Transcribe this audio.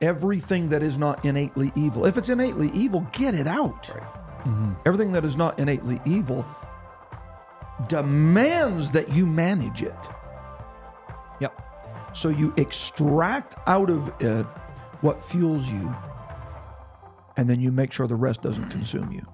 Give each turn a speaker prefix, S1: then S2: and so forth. S1: everything that is not innately evil. If it's innately evil, get it out. Everything that is not innately evil demands that you manage it.
S2: Yep.
S1: So you extract out of it what fuels you, and then you make sure the rest doesn't consume you.